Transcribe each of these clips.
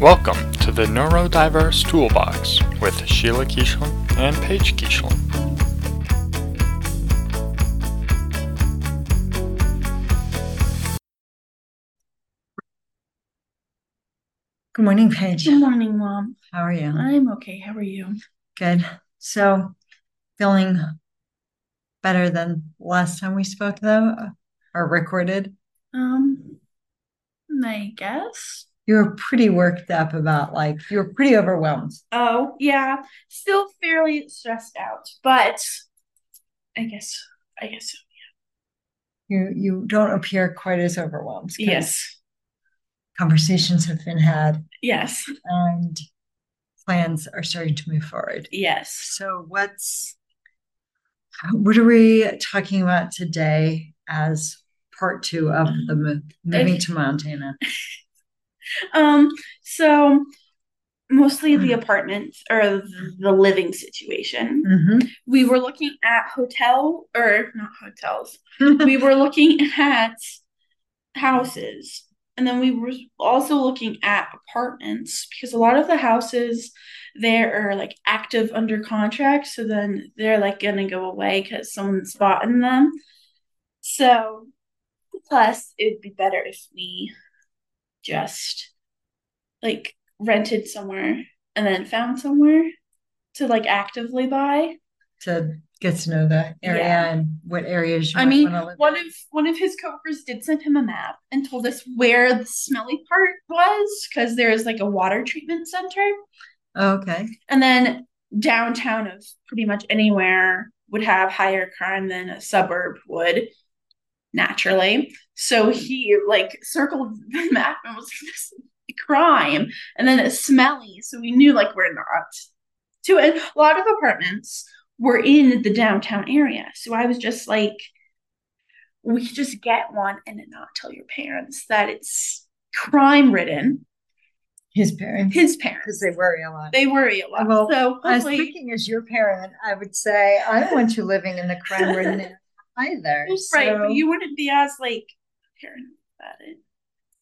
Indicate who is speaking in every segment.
Speaker 1: Welcome to the Neurodiverse Toolbox with Sheila Keeshlin and Paige Keeshlin.
Speaker 2: Good morning, Paige.
Speaker 3: Good morning, Mom.
Speaker 2: How are you?
Speaker 3: I'm okay. How are you?
Speaker 2: Good. So, feeling better than last time we spoke, though, uh, or recorded?
Speaker 3: Um, I guess.
Speaker 2: You were pretty worked up about, like, you were pretty overwhelmed.
Speaker 3: Oh, yeah. Still fairly stressed out, but I guess, I guess. so.
Speaker 2: You you don't appear quite as overwhelmed. 'cause
Speaker 3: Yes.
Speaker 2: Conversations have been had,
Speaker 3: Yes.
Speaker 2: and plans are starting to move forward.
Speaker 3: Yes.
Speaker 2: So, what's what are we talking about today as part two of
Speaker 3: Mm.
Speaker 2: the mo- moving to Montana?
Speaker 3: Um, so mostly the apartment or the living situation.
Speaker 2: Mm-hmm.
Speaker 3: We were looking at hotel or not hotels. we were looking at houses and then we were also looking at apartments because a lot of the houses there are like active under contract so then they're like gonna go away because someone's bought in them so plus it'd be better if we just like rented somewhere and then found somewhere to like actively buy
Speaker 2: to get to know the area
Speaker 3: Yeah.
Speaker 2: and what areas you
Speaker 3: I
Speaker 2: might
Speaker 3: mean,
Speaker 2: wanna live
Speaker 3: one of one of his coworkers did send him a map and told us where the smelly part was because there is like a water treatment center,
Speaker 2: Oh, okay
Speaker 3: and then downtown of pretty much anywhere would have higher crime than a suburb would naturally. So he like circled the map and was like, this is crime, and then it's smelly, so we knew like we're not to it. A lot of apartments were in the downtown area, so I was just like we could just get one and then not tell your parents that it's crime ridden.
Speaker 2: his parents
Speaker 3: His
Speaker 2: because
Speaker 3: parents,
Speaker 2: they worry a lot
Speaker 3: they worry a lot.
Speaker 2: Well,
Speaker 3: so
Speaker 2: Uh,
Speaker 3: hopefully,
Speaker 2: speaking as your parent I would say I don't want you living in the crime ridden area either
Speaker 3: right,
Speaker 2: So-
Speaker 3: but you wouldn't be as like parent about it.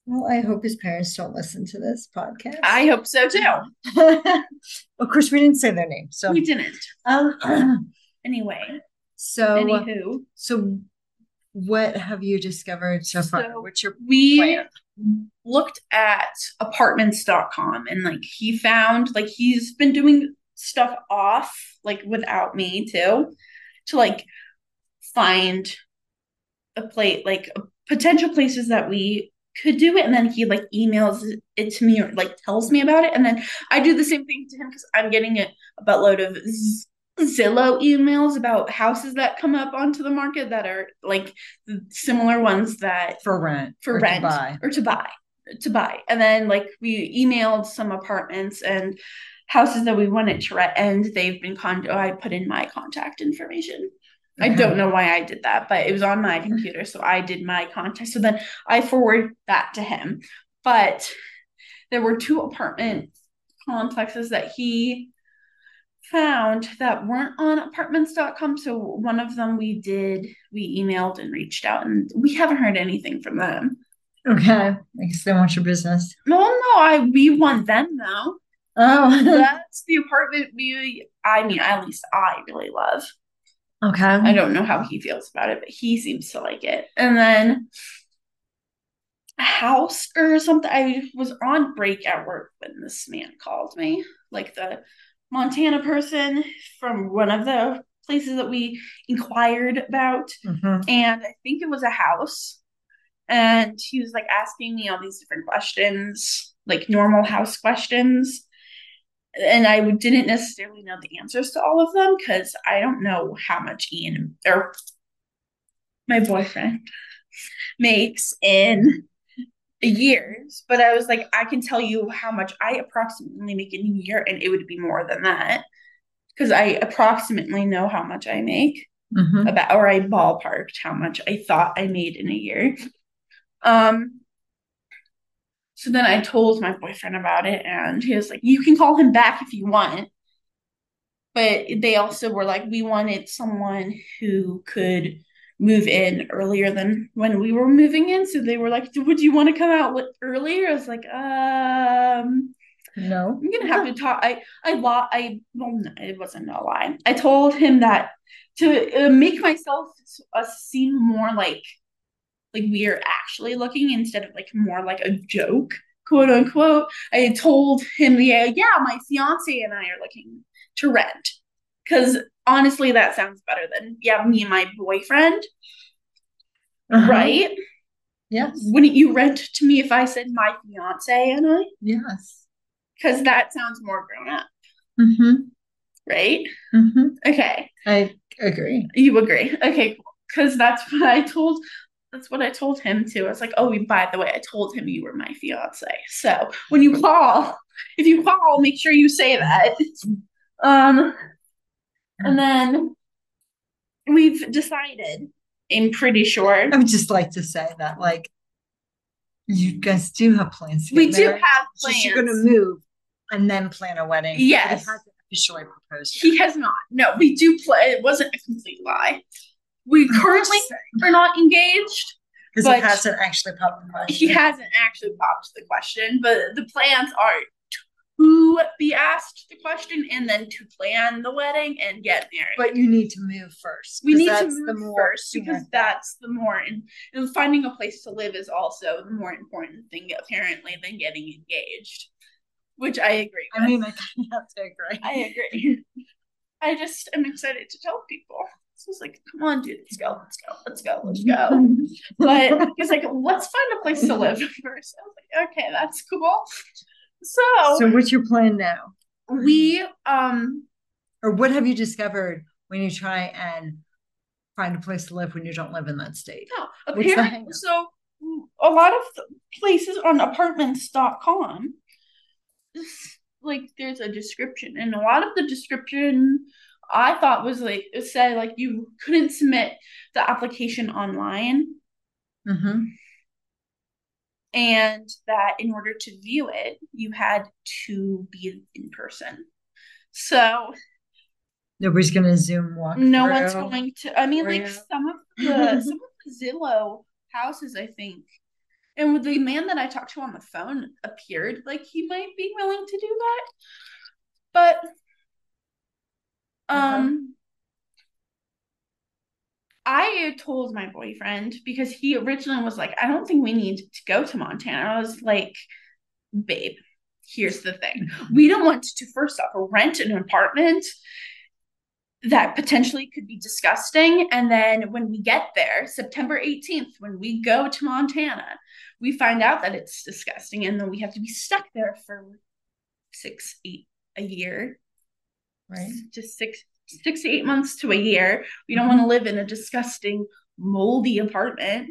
Speaker 2: well I hope his parents don't listen to this podcast
Speaker 3: I hope so too.
Speaker 2: of course we didn't say their name so
Speaker 3: We didn't
Speaker 2: um,
Speaker 3: anyway.
Speaker 2: so
Speaker 3: uh,
Speaker 2: uh,
Speaker 3: Anywho,
Speaker 2: so what have you discovered so far
Speaker 3: So-
Speaker 2: what's your
Speaker 3: we
Speaker 2: plan?
Speaker 3: looked at apartments.com and like he found like he's been doing stuff off like without me too to like find a plate like potential places that we could do it and then he like emails it to me or like tells me about it and then I do the same thing to him because I'm getting a, a buttload of Z- Zillow emails about houses that come up onto the market that are like similar ones that
Speaker 2: for rent
Speaker 3: for
Speaker 2: or to
Speaker 3: rent
Speaker 2: buy.
Speaker 3: or to buy to buy and then like we emailed some apartments and houses that we wanted to rent and they've been con oh, i put in my contact information i
Speaker 2: Okay. Mm-hmm.
Speaker 3: don't know why i did that but it was on my computer so i did my contact so then i forward that to him but there were two apartment complexes that he found that weren't on apartments.com so one of them we did we emailed and reached out and we haven't heard anything from them
Speaker 2: Okay. I guess they want your business.
Speaker 3: No, no, I we want them though.
Speaker 2: Oh,
Speaker 3: That's the apartment we I mean, at least I really love. I
Speaker 2: okay.
Speaker 3: don't know how he feels about it, but he seems to like it. And then a house or something. I was on break at work when this man called me, like the Montana person from one of the places that we inquired about
Speaker 2: Mhm.
Speaker 3: and I think it was a house. And he was like asking me all these different questions, like normal house questions. And I didn't necessarily know the answers to all of them because I don't know how much Ian or my boyfriend makes in years. But I was like, I can tell you how much I approximately make in a year, and it would be more than that because I approximately know how much I make
Speaker 2: Mhm.
Speaker 3: about or I ballparked how much I thought I made in a year. Um so then I told my boyfriend about it and he was like, You can call him back if you want. But they also were like, we wanted someone who could move in earlier than when we were moving in. So they were like, Would you want to come out li- earlier? I was like, um
Speaker 2: No.
Speaker 3: I'm gonna have to talk. I I lot I well, no, it wasn't a lie. I told him that to uh, make myself uh, seem more like like we are actually looking instead of like more like a joke, quote unquote. I told him, yeah, yeah, my fiance and I are looking to rent because honestly, that sounds better than yeah, me and my boyfriend,
Speaker 2: Uh-huh.
Speaker 3: right?
Speaker 2: Yes.
Speaker 3: Wouldn't you rent to me if I said my fiance and I?
Speaker 2: Yes.
Speaker 3: Because that sounds more grown up,
Speaker 2: Mm-hmm.
Speaker 3: right?
Speaker 2: Mm-hmm.
Speaker 3: Okay.
Speaker 2: I agree.
Speaker 3: You agree. Okay, cool. Because that's what I told. That's what I told him too. I was like, oh, by the way, I told him you were my fiance. So when you call, if you call, make sure you say that. Um, and then we've decided. I'm pretty sure
Speaker 2: I would just like to say that, like, you guys do have plans. To
Speaker 3: we
Speaker 2: get
Speaker 3: do
Speaker 2: married.
Speaker 3: have
Speaker 2: It's
Speaker 3: plans.
Speaker 2: just You're going to move and then plan a wedding. but
Speaker 3: Yes.
Speaker 2: It hasn't officially proposed. yet.
Speaker 3: He has not. No, we do play. It wasn't a complete lie. We
Speaker 2: I'm
Speaker 3: currently
Speaker 2: just saying,
Speaker 3: are not engaged.
Speaker 2: because
Speaker 3: but-
Speaker 2: it hasn't actually popped the question.
Speaker 3: he hasn't actually popped the question, but the plans are to be asked the question and then to plan the wedding and get married.
Speaker 2: but you need to move first.
Speaker 3: we
Speaker 2: 'cause
Speaker 3: need to
Speaker 2: that's the
Speaker 3: move
Speaker 2: more
Speaker 3: first
Speaker 2: sooner
Speaker 3: because
Speaker 2: thing.
Speaker 3: that's the more and, and finding a place to live is also the more important thing apparently than getting engaged, which I agree. With.
Speaker 2: I mean, I kind of have to agree.
Speaker 3: I agree. I just am excited to tell people. So it's like, come on, dude, let's go, let's go, let's go, let's go. But he's like, let's find a place to live first. I was like, okay, that's cool. So,
Speaker 2: so, what's your plan now?
Speaker 3: we um
Speaker 2: Or what have you discovered when you try and find a place to live when you don't live in that state?
Speaker 3: no
Speaker 2: the
Speaker 3: apparently
Speaker 2: hangup?
Speaker 3: so a lot of the places on apartments.com this- like there's a description and a lot of the description I thought was like it said like you couldn't submit the application online
Speaker 2: Mm-hmm.
Speaker 3: and that in order to view it, you had to be in person. So
Speaker 2: Nobody's going to Zoom walk.
Speaker 3: no one's
Speaker 2: through.
Speaker 3: going to. I mean, like
Speaker 2: Real.
Speaker 3: some of the some of the Zillow houses, I think, and with the man that I talked to on the phone appeared like he might be willing to do that, but
Speaker 2: Uh-huh.
Speaker 3: um. I told my boyfriend because he originally was like, I don't think we need to go to Montana. I was like, babe, here's the thing. We don't want to, first off, rent an apartment that potentially could be disgusting. And then when we get there, September 18th, when we go to Montana, we find out that it's disgusting. And then we have to be stuck there for six, eight, a year,
Speaker 2: Right.
Speaker 3: just six, six to eight months to a year. We don't want to live in a disgusting, moldy apartment.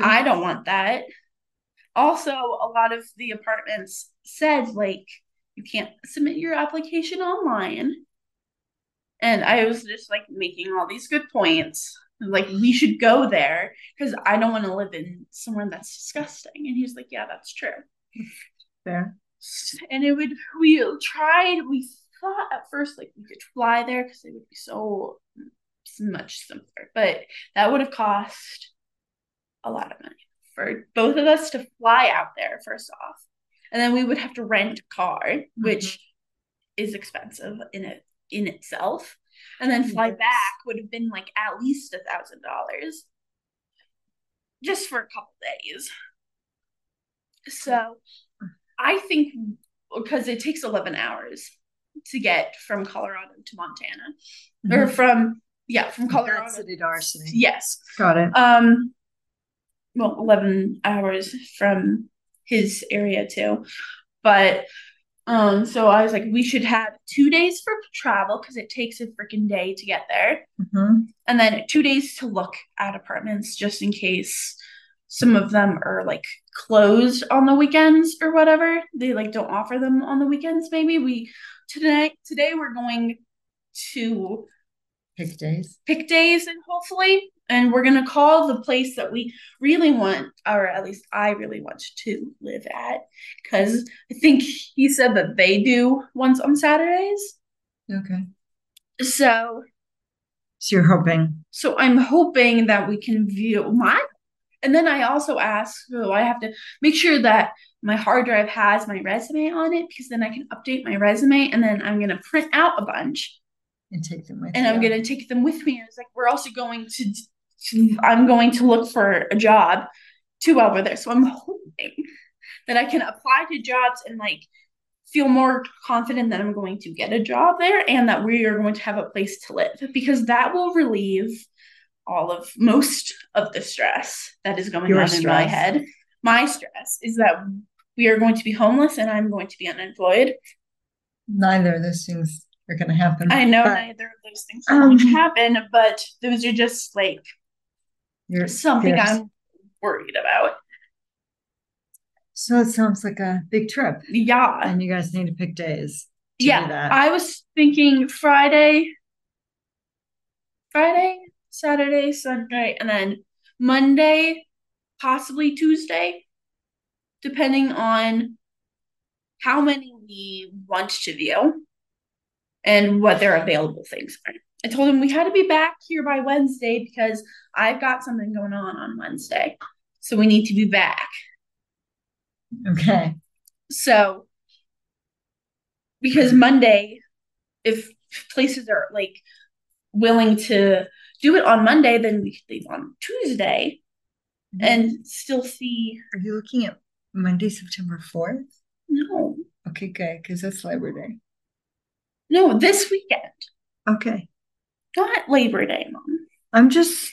Speaker 3: I don't want that. Also, a lot of the apartments said like you can't submit your application online. And I was just like making all these good points. Like we should go there because I don't want to live in somewhere that's disgusting. And he's like, Yeah, that's true.
Speaker 2: There.
Speaker 3: And it would we tried we thought at first like we could fly there because it would be so much simpler, but that would have cost a lot of money for both of us to fly out there first off, and then we would have to rent a car, which is expensive in it in itself, and then fly
Speaker 2: Yes.
Speaker 3: back would have been like at least a thousand dollars just for a couple days. So I think because it takes 11 hours to get from Colorado to Montana or from yeah, from Colorado.
Speaker 2: That's Mm-hmm. city to our city.
Speaker 3: Yes.
Speaker 2: Got it.
Speaker 3: Um well, 11 hours from his area too. But um so I was like we should have 2 days for travel cuz it takes a freaking day to get there
Speaker 2: Mhm.
Speaker 3: and then 2 days to look at apartments just in case some of them are like closed on the weekends or whatever. They like don't offer them on the weekends maybe. We today today we're going to
Speaker 2: Pick days.
Speaker 3: pick days and hopefully and we're going to call the place that we really want or at least i really want to live at because i think he said that they do ones on saturdays
Speaker 2: Okay.
Speaker 3: so
Speaker 2: So you're hoping.
Speaker 3: so i'm hoping that we can view my And then I also ask, so I have to make sure that my hard drive has my resume on it because then I can update my resume and then I'm going to print out a bunch
Speaker 2: and take them with
Speaker 3: and I'm going to take them with me. And It's like, we're also going to, to, I'm going to look for a job too over there. So I'm hoping that I can apply to jobs and like feel more confident that I'm going to get a job there and that we are going to have a place to live because that will relieve all of most of the stress that is going
Speaker 2: Your
Speaker 3: on in my
Speaker 2: stress.
Speaker 3: head. My stress is that we are going to be homeless and I'm going to be unemployed.
Speaker 2: Neither of those things are going to happen.
Speaker 3: I know
Speaker 2: but
Speaker 3: neither of those things are going to
Speaker 2: Um,
Speaker 3: happen, but those are just like
Speaker 2: you're-
Speaker 3: something
Speaker 2: yes.
Speaker 3: I'm worried about.
Speaker 2: So it sounds like a big trip,
Speaker 3: Yeah.
Speaker 2: and you guys need to pick days. to do
Speaker 3: Yeah.
Speaker 2: that.
Speaker 3: I was thinking Friday, Friday, Saturday, Sunday, and then Monday, possibly Tuesday, depending on how many we want to view and what their available things are. I told him we had to be back here by Wednesday because I've got something going on on Wednesday. So we need to be back.
Speaker 2: Okay.
Speaker 3: So, because Monday, if places are like willing to do it on Monday, then we could leave on Tuesday and still see.
Speaker 2: are you looking at Monday, September fourth?
Speaker 3: No,
Speaker 2: Okay, good, because that's Labor Day.
Speaker 3: no, this weekend,
Speaker 2: Okay.
Speaker 3: not Labor Day, Mom.
Speaker 2: I'm just,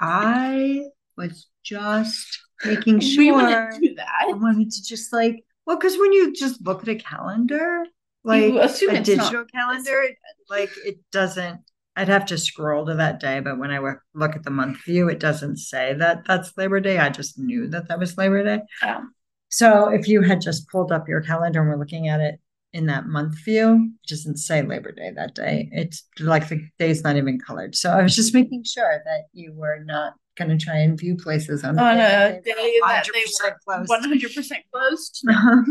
Speaker 2: I was just making
Speaker 3: We
Speaker 2: sure.
Speaker 3: wouldn't do
Speaker 2: I
Speaker 3: that.
Speaker 2: wanted to just like, well, because when you just look at a calendar, like
Speaker 3: You assume
Speaker 2: a
Speaker 3: it's not-
Speaker 2: digital calendar, it- like it doesn't, I'd have to scroll to that day, but when I wo- look at the month view, it doesn't say that that's Labor Day. I just knew that that was Labor Day.
Speaker 3: Oh.
Speaker 2: So if you had just pulled up your calendar and were looking at it in that month view, it doesn't say Labor Day that day. It's like the day's not even colored. So I was just making sure that you were not going to try and view places on, the
Speaker 3: On
Speaker 2: that
Speaker 3: a day that they were
Speaker 2: 100% closed.
Speaker 3: one hundred percent closed.
Speaker 2: Uh-huh.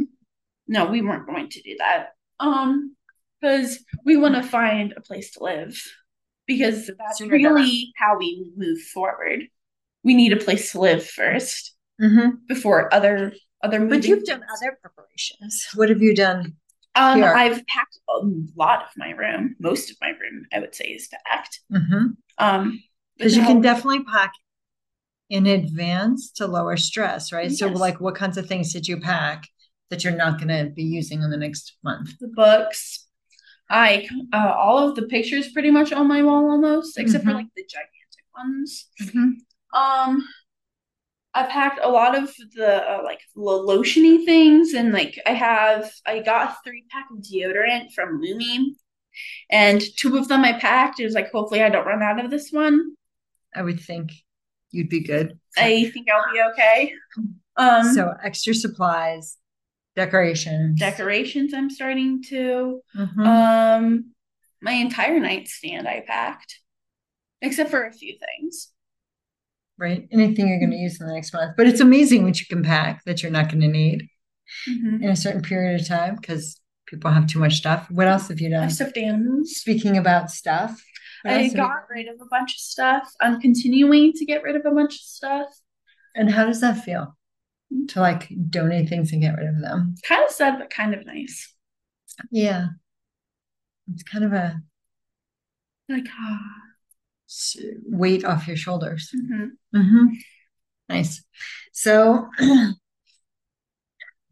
Speaker 3: No, we weren't going to do that. Um, because we want to find a place to live, because that's
Speaker 2: Sooner than
Speaker 3: really how we move forward. We need a place to live first before other other.
Speaker 2: Mm-hmm. But
Speaker 3: moving
Speaker 2: you've done
Speaker 3: things.
Speaker 2: other preparations. What have you done?
Speaker 3: Um,
Speaker 2: here.
Speaker 3: I've packed a lot of my room. Most of my room, I would say, is packed.
Speaker 2: Because
Speaker 3: Um, but
Speaker 2: Mm-hmm. you can
Speaker 3: now-
Speaker 2: definitely pack in advance to lower stress, right? So,
Speaker 3: Yes.
Speaker 2: like, what kinds of things did you pack that you're not going to be using in the next month?
Speaker 3: the books. I uh, all of the pictures pretty much on my wall almost, except for
Speaker 2: Mhm.
Speaker 3: like the gigantic ones. Um, I packed a lot of the uh, like lo- lotiony things, and like I have, I got a three pack of deodorant from Lumi, and two of them I packed. It was like, hopefully, I don't run out of this one.
Speaker 2: I would think you'd be good.
Speaker 3: I think I'll be okay. Um,
Speaker 2: so, extra supplies, decorations.
Speaker 3: decorations I'm starting to.
Speaker 2: Mhm.
Speaker 3: Um, my entire nightstand I packed, except for a few things.
Speaker 2: right? Anything you're going to use in the next month. But it's amazing what you can pack that you're not going to need in a certain period of time because people have too much stuff. What else have you
Speaker 3: I
Speaker 2: done?
Speaker 3: stuffed animals.
Speaker 2: Speaking about stuff, what else
Speaker 3: I
Speaker 2: have you
Speaker 3: got rid of a bunch of stuff. I'm continuing to get rid of a bunch of stuff.
Speaker 2: And how does that feel to like donate things and get rid of them?
Speaker 3: Kind of sad, but kind of nice.
Speaker 2: Yeah. It's kind of a
Speaker 3: Like, ah.
Speaker 2: s- weight off your shoulders.
Speaker 3: Mhm.
Speaker 2: hmm Nice. So,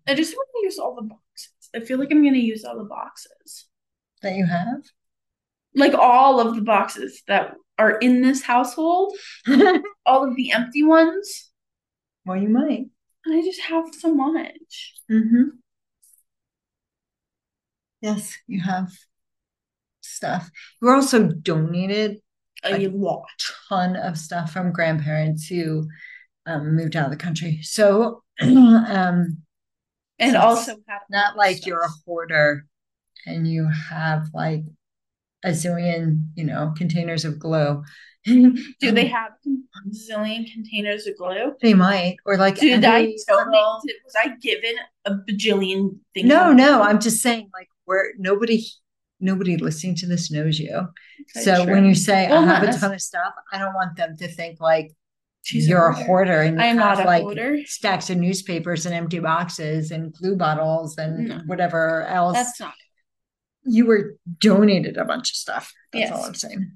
Speaker 3: I just want to use all the boxes. I feel like I'm going to use all the boxes.
Speaker 2: that you have?
Speaker 3: Like, all of the boxes that are in this household, all of the empty ones.
Speaker 2: well, you might.
Speaker 3: I just have so much.
Speaker 2: Mm-hmm. Yes, you have stuff. You were also donated
Speaker 3: A lot.
Speaker 2: ton of stuff from grandparents who um, moved out of the country. So, um,
Speaker 3: And
Speaker 2: So it's
Speaker 3: also, had
Speaker 2: not like you're a
Speaker 3: stuff.
Speaker 2: hoarder and you have like a zillion, you know, containers of glue.
Speaker 3: Do they have a zillion containers of glue?
Speaker 2: They might, or like
Speaker 3: Did I
Speaker 2: every
Speaker 3: total?
Speaker 2: little-
Speaker 3: Was I given a bajillion things?
Speaker 2: No,
Speaker 3: of
Speaker 2: no,
Speaker 3: glue?
Speaker 2: I'm just saying, like, where nobody, nobody listening to this knows you.
Speaker 3: Okay,
Speaker 2: so
Speaker 3: true.
Speaker 2: when you say
Speaker 3: Well,
Speaker 2: I have
Speaker 3: not
Speaker 2: a ton of stuff, I don't want them to think like
Speaker 3: She's
Speaker 2: you're a hoarder and you
Speaker 3: I'm
Speaker 2: have
Speaker 3: not a
Speaker 2: like
Speaker 3: hoarder.
Speaker 2: stacks of newspapers and empty boxes and glue bottles and
Speaker 3: No.
Speaker 2: whatever else.
Speaker 3: That's not.
Speaker 2: you were donated a bunch of stuff. That's all
Speaker 3: Yes.
Speaker 2: I'm saying.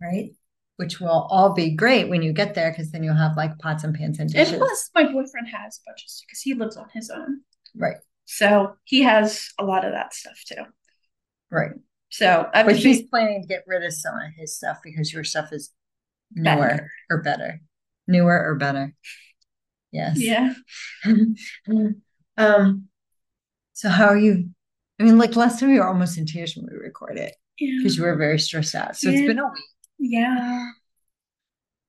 Speaker 2: Right? Which will all be great when you get there because then you'll have like pots and pans and
Speaker 3: And
Speaker 2: dishes.
Speaker 3: plus, my boyfriend has a bunch of because he lives on his own,
Speaker 2: Right,
Speaker 3: so he has a lot of that stuff too.
Speaker 2: right.
Speaker 3: So I've
Speaker 2: But
Speaker 3: been
Speaker 2: he's planning to get rid of some of his stuff because your stuff is newer
Speaker 3: Better.
Speaker 2: or better. Newer or better. Yes.
Speaker 3: yeah.
Speaker 2: um so how are you? I mean, like last time we were almost in tears when we recorded because
Speaker 3: Yeah.
Speaker 2: you were very stressed out. So it's
Speaker 3: Yeah.
Speaker 2: been a week.
Speaker 3: yeah.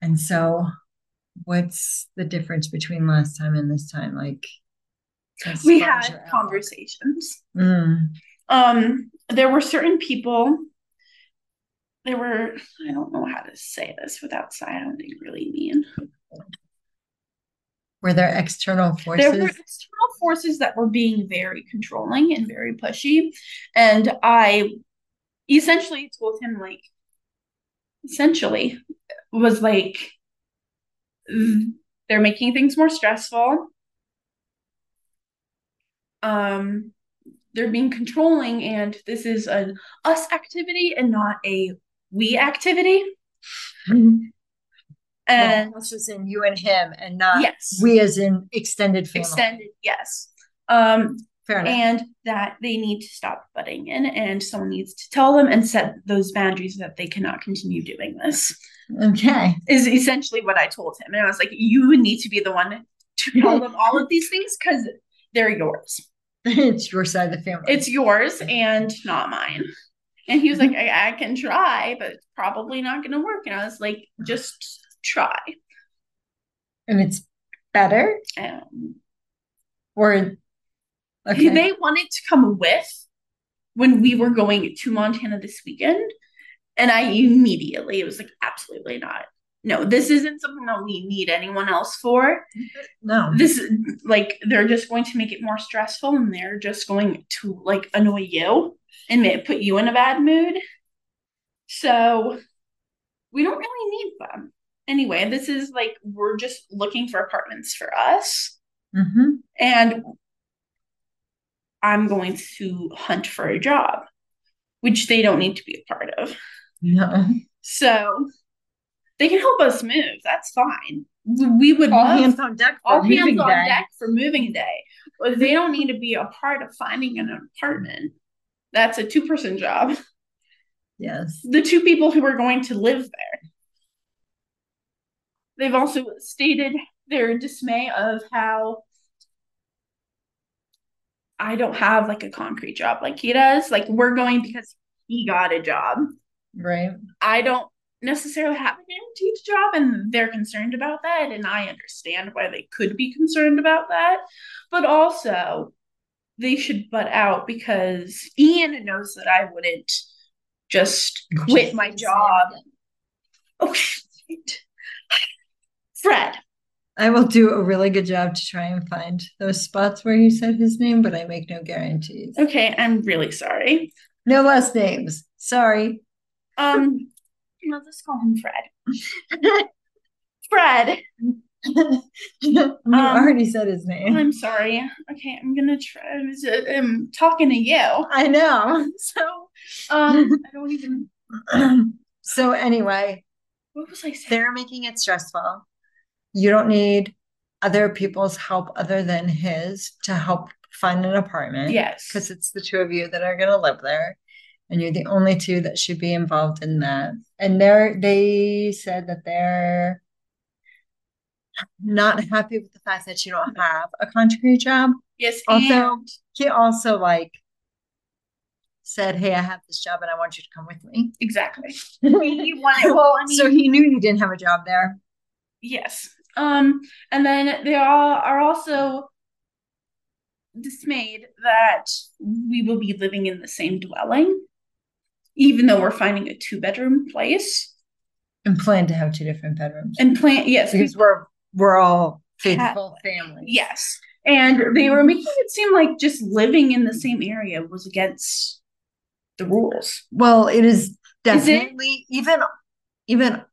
Speaker 2: And so, what's the difference between last time and this time? Like, as
Speaker 3: We
Speaker 2: far as
Speaker 3: had
Speaker 2: your outlook?
Speaker 3: conversations.
Speaker 2: Mm,
Speaker 3: Um, there were certain people. There were I don't know how to say this without sounding really mean.
Speaker 2: were there external
Speaker 3: There were
Speaker 2: forces?
Speaker 3: external forces that were being very controlling and very pushy. And I essentially told him, like, essentially was like, "Mm, they're making things more stressful. Um, they're being controlling, and this is an us activity and not a we activity. And
Speaker 2: the house was in you and him, and not
Speaker 3: yes,
Speaker 2: we as in extended family.
Speaker 3: extended, yes. Um,
Speaker 2: Fair enough.
Speaker 3: and that they need to stop butting in and someone needs to tell them and set those boundaries that they cannot continue doing this
Speaker 2: okay.
Speaker 3: is essentially what i told him and i was like you need to be the one to tell them all of these things because they're yours
Speaker 2: it's your side of the family.
Speaker 3: it's yours and not mine and he was like i, I can try but it's probably not going to work and i was like just try
Speaker 2: and it's better
Speaker 3: um,
Speaker 2: or okay.
Speaker 3: He- They wanted to come with when we were going to Montana this weekend. And I immediately it was like, absolutely not. No, this isn't something that we need anyone else for.
Speaker 2: no.
Speaker 3: This like they're just going to make it more stressful and they're just going to like annoy you and ma- put you in a bad mood. So we don't really need them. Anyway, this is like we're just looking for apartments for us
Speaker 2: hmm
Speaker 3: and I'm going to hunt for a job, which they don't need to be a part of.
Speaker 2: No.
Speaker 3: So they can help us move. That's fine. We would
Speaker 2: All
Speaker 3: love
Speaker 2: hands on deck. for
Speaker 3: all hands
Speaker 2: moving
Speaker 3: on
Speaker 2: day.
Speaker 3: deck for moving day. But they don't need to be a part of finding an apartment. That's a two person job.
Speaker 2: Yes.
Speaker 3: The two people who are going to live there. They've also stated their dismay of how I don't have like a concrete job like he does. Like we're going because he got a job.
Speaker 2: Right.
Speaker 3: I don't necessarily have a guaranteed job and they're concerned about that and I understand why they could be concerned about that. But also they should butt out because Ian knows that I wouldn't just quit
Speaker 2: Just
Speaker 3: my
Speaker 2: say
Speaker 3: job.
Speaker 2: it again.
Speaker 3: Oh, Fred.
Speaker 2: I will do a really good job to try and find those spots where you said his name, but I make no guarantees.
Speaker 3: Okay, I'm really sorry.
Speaker 2: No last names. Sorry.
Speaker 3: Um I'll just call him Fred. Fred.
Speaker 2: you already said his name.
Speaker 3: Um, I'm sorry. Okay, I'm gonna try. I'm, s- I'm talking to you.
Speaker 2: I know.
Speaker 3: So, um, I don't even.
Speaker 2: so anyway,
Speaker 3: What was I saying?
Speaker 2: they're making it stressful. You don't need other people's help other than his to help find an apartment.
Speaker 3: Yes.
Speaker 2: Because it's the two of you that are gonna live there. And you're the only two that should be involved in that. And they're they said that they're not happy with the fact that you don't have a contrary job.
Speaker 3: Yes.
Speaker 2: Also,
Speaker 3: and-
Speaker 2: he also like said, "Hey, I have this job, and I want you to come with me."
Speaker 3: exactly. We want it. Well, I mean,
Speaker 2: so he knew you didn't have a job there.
Speaker 3: yes. Um, and then they all are also dismayed that we will be living in the same dwelling, even though we're finding a two-bedroom place
Speaker 2: And planned to have two different bedrooms
Speaker 3: and plan. Yes. we-
Speaker 2: because we're we're all faithful family.
Speaker 3: Yes. And they were making it seem like just living in the same area was against the rules.
Speaker 2: Well, it is
Speaker 3: Is it-
Speaker 2: definitely even even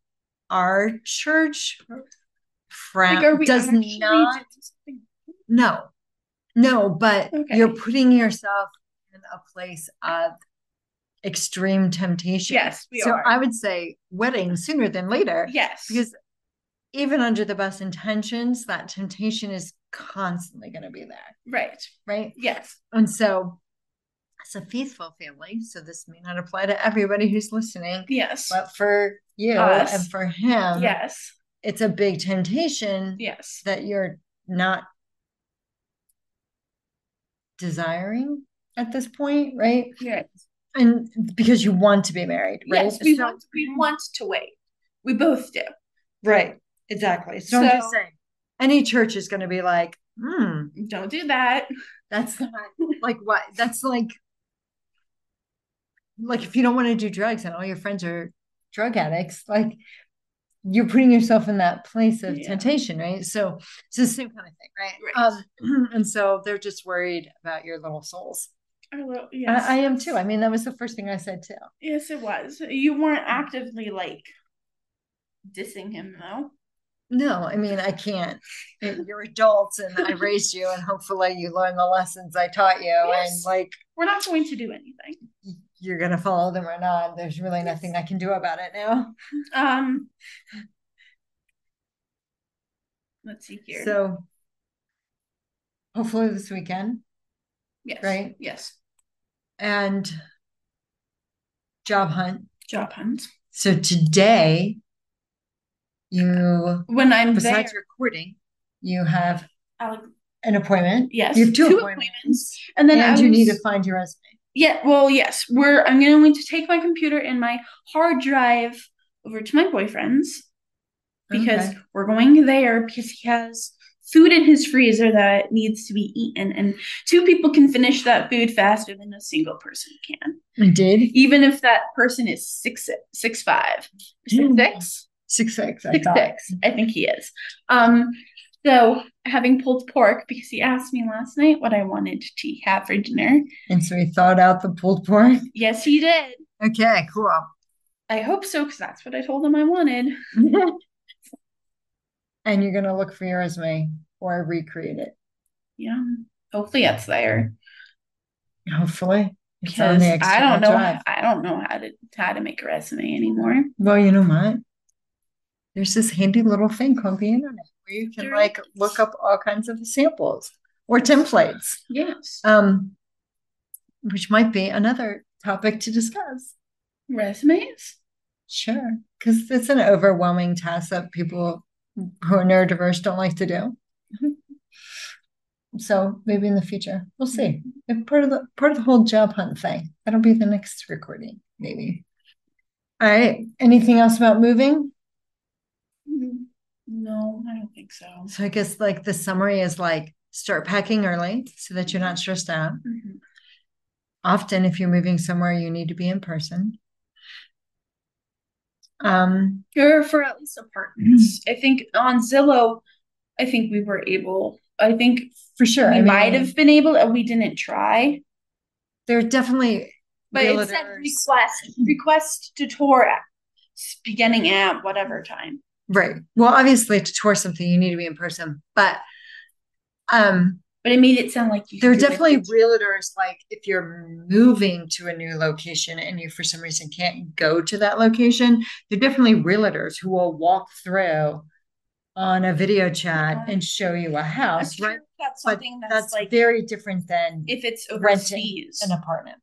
Speaker 2: our church
Speaker 3: Like, are
Speaker 2: frown
Speaker 3: we
Speaker 2: does
Speaker 3: actually
Speaker 2: not
Speaker 3: doing something?
Speaker 2: no no but you're
Speaker 3: Okay.
Speaker 2: putting yourself in a place of extreme temptation
Speaker 3: Yes, we
Speaker 2: so
Speaker 3: are.
Speaker 2: i would say wedding sooner than later
Speaker 3: Yes.
Speaker 2: because even under the best intentions that temptation is constantly going to be there
Speaker 3: right.
Speaker 2: right
Speaker 3: Yes.
Speaker 2: and so as a faithful family so this may not apply to everybody who's listening
Speaker 3: Yes.
Speaker 2: but for you
Speaker 3: Us.
Speaker 2: and for him
Speaker 3: yes.
Speaker 2: it's a big temptation
Speaker 3: Yes.
Speaker 2: that you're not desiring at this point, right?
Speaker 3: Yes.
Speaker 2: And because you want to be married, right?
Speaker 3: Yes. We
Speaker 2: So-
Speaker 3: want we want to wait. We both do.
Speaker 2: right, exactly. So, I'm just
Speaker 3: So-
Speaker 2: saying, any church is going to be like, hmm,
Speaker 3: Don't do that.
Speaker 2: that's not like what? That's like, like if you don't want to do drugs and all your friends are drug addicts, like you're putting yourself in that place of
Speaker 3: Yeah.
Speaker 2: temptation, right? So it's the same kind of thing, right?
Speaker 3: Right.
Speaker 2: Um, and so they're just worried about your little souls.
Speaker 3: Our little-
Speaker 2: I-
Speaker 3: Yes.
Speaker 2: I, am too. I mean, that was the first thing I said too.
Speaker 3: yes, it was. You weren't actively like dissing him though.
Speaker 2: No, I mean, I can't. Y- You're adults and I raised you, and hopefully you learn the lessons I taught you. And
Speaker 3: Yes.
Speaker 2: like,
Speaker 3: We're not going to do anything.
Speaker 2: y- you're going to follow them or not. There's really nothing I can do about it now.
Speaker 3: Um let's see here.
Speaker 2: So hopefully this weekend
Speaker 3: yes.
Speaker 2: right.
Speaker 3: Yes.
Speaker 2: and job hunt.
Speaker 3: Job hunt.
Speaker 2: So today, you,
Speaker 3: When I'm
Speaker 2: besides
Speaker 3: there,
Speaker 2: recording, you have
Speaker 3: I'll-
Speaker 2: an appointment.
Speaker 3: yes.
Speaker 2: You have two, appointments.
Speaker 3: appointments. And then
Speaker 2: and
Speaker 3: I
Speaker 2: you need
Speaker 3: was-
Speaker 2: to find your resume.
Speaker 3: Yeah, well, yes. We're I'm going to need to take my computer and my hard drive over to my boyfriend's because
Speaker 2: Okay.
Speaker 3: we're going there because he has food in his freezer that needs to be eaten and two people can finish that food faster than a single person can.
Speaker 2: Indeed.
Speaker 3: Even if that person is six six five. Six six?
Speaker 2: Six six. Mm. I
Speaker 3: Six
Speaker 2: thought.
Speaker 3: six. I think he is. Um so having pulled pork because he asked me last night what I wanted to have for dinner.
Speaker 2: And so he thawed out the pulled pork.
Speaker 3: Yes, he did.
Speaker 2: Okay, cool.
Speaker 3: I hope so, because that's what I told him I wanted.
Speaker 2: and you're gonna look for your resume or recreate it.
Speaker 3: Yeah. Hopefully it's there.
Speaker 2: Hopefully. It's on
Speaker 3: Because
Speaker 2: the
Speaker 3: I
Speaker 2: external
Speaker 3: don't know
Speaker 2: drive.
Speaker 3: I don't know how to how to make a resume anymore.
Speaker 2: Well, you know what? There's this handy little thing called the internet where you can
Speaker 3: There
Speaker 2: like
Speaker 3: is.
Speaker 2: look up all kinds of samples or templates.
Speaker 3: Yes.
Speaker 2: Um which might be another topic to discuss.
Speaker 3: Resumes?
Speaker 2: Sure. Because it's an overwhelming task that people who are neurodiverse don't like to do. So maybe in the future, we'll see.
Speaker 3: Mm-hmm.
Speaker 2: If part of the part of the whole job hunt thing. That'll be the next recording, maybe. All right. Anything else about moving?
Speaker 3: Mm, No, I don't think so.
Speaker 2: So I guess like the summary is like start packing early so that you're not stressed out.
Speaker 3: Mhm.
Speaker 2: Often, if you're moving somewhere, you need to be in person. Um,
Speaker 3: Or for at least apartments.
Speaker 2: Mm-hmm.
Speaker 3: I think on Zillow, I think we were able I think
Speaker 2: for sure.
Speaker 3: we
Speaker 2: I
Speaker 3: might
Speaker 2: mean,
Speaker 3: have been able and we didn't try.
Speaker 2: there are definitely
Speaker 3: But it said
Speaker 2: realtors-
Speaker 3: request request to tour at beginning at whatever time.
Speaker 2: Right. Well, obviously to tour something you need to be in person, but um
Speaker 3: But it made it sound like you
Speaker 2: there are
Speaker 3: could do it.
Speaker 2: definitely realtors like if you're moving to a new location and you for some reason can't go to that location, there are definitely realtors who will walk through on a video chat and show you a
Speaker 3: That's
Speaker 2: house,
Speaker 3: true.
Speaker 2: right?
Speaker 3: That's
Speaker 2: But
Speaker 3: something that's,
Speaker 2: That's
Speaker 3: like
Speaker 2: very different than
Speaker 3: if it's
Speaker 2: renting
Speaker 3: overseas,
Speaker 2: an apartment.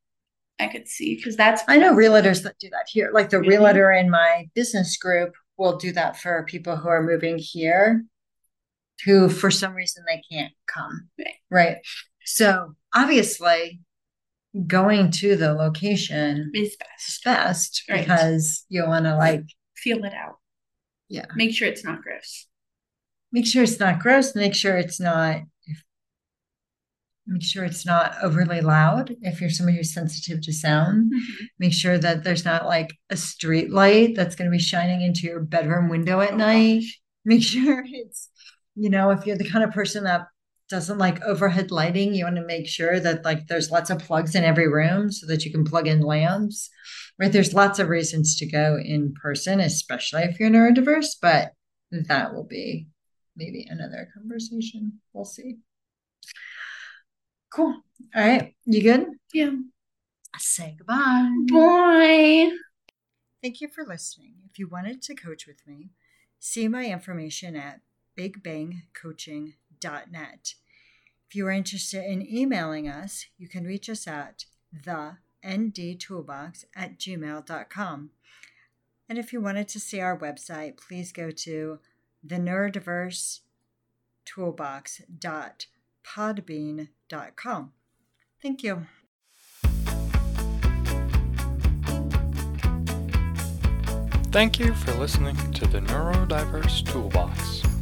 Speaker 3: I could see because that's
Speaker 2: I know realtors that do that here. Like the
Speaker 3: Really?
Speaker 2: realtor in my business group will do that for people who are moving here who for some reason they can't come.
Speaker 3: Right.
Speaker 2: Right. So obviously going to the location
Speaker 3: is
Speaker 2: is
Speaker 3: best.
Speaker 2: best
Speaker 3: Right.
Speaker 2: because you want to like
Speaker 3: Feel it out.
Speaker 2: Yeah.
Speaker 3: Make sure it's not gross.
Speaker 2: make sure it's not gross, make sure it's not make sure it's not overly loud if you're somebody who's sensitive to sound. make sure that there's not like a street light that's going to be shining into your bedroom window at
Speaker 3: Oh,
Speaker 2: night make sure it's you know if you're the kind of person that doesn't like overhead lighting you want to make sure that like there's lots of plugs in every room so that you can plug in lamps right? There's lots of reasons to go in person, especially if you're neurodiverse, but that will be maybe another conversation. We'll see. Cool. All right. You good?
Speaker 3: Yeah.
Speaker 2: Say goodbye.
Speaker 3: Bye.
Speaker 2: Thank you for listening. If you wanted to coach with me, see my information at bigbangcoaching.net. If you are interested in emailing us, you can reach us at the ndtoolbox at gmail.com. And if you wanted to see our website, please go to the neurodiverse toolbox.podbean.com. Thank you.
Speaker 1: Thank you for listening to the Neurodiverse Toolbox.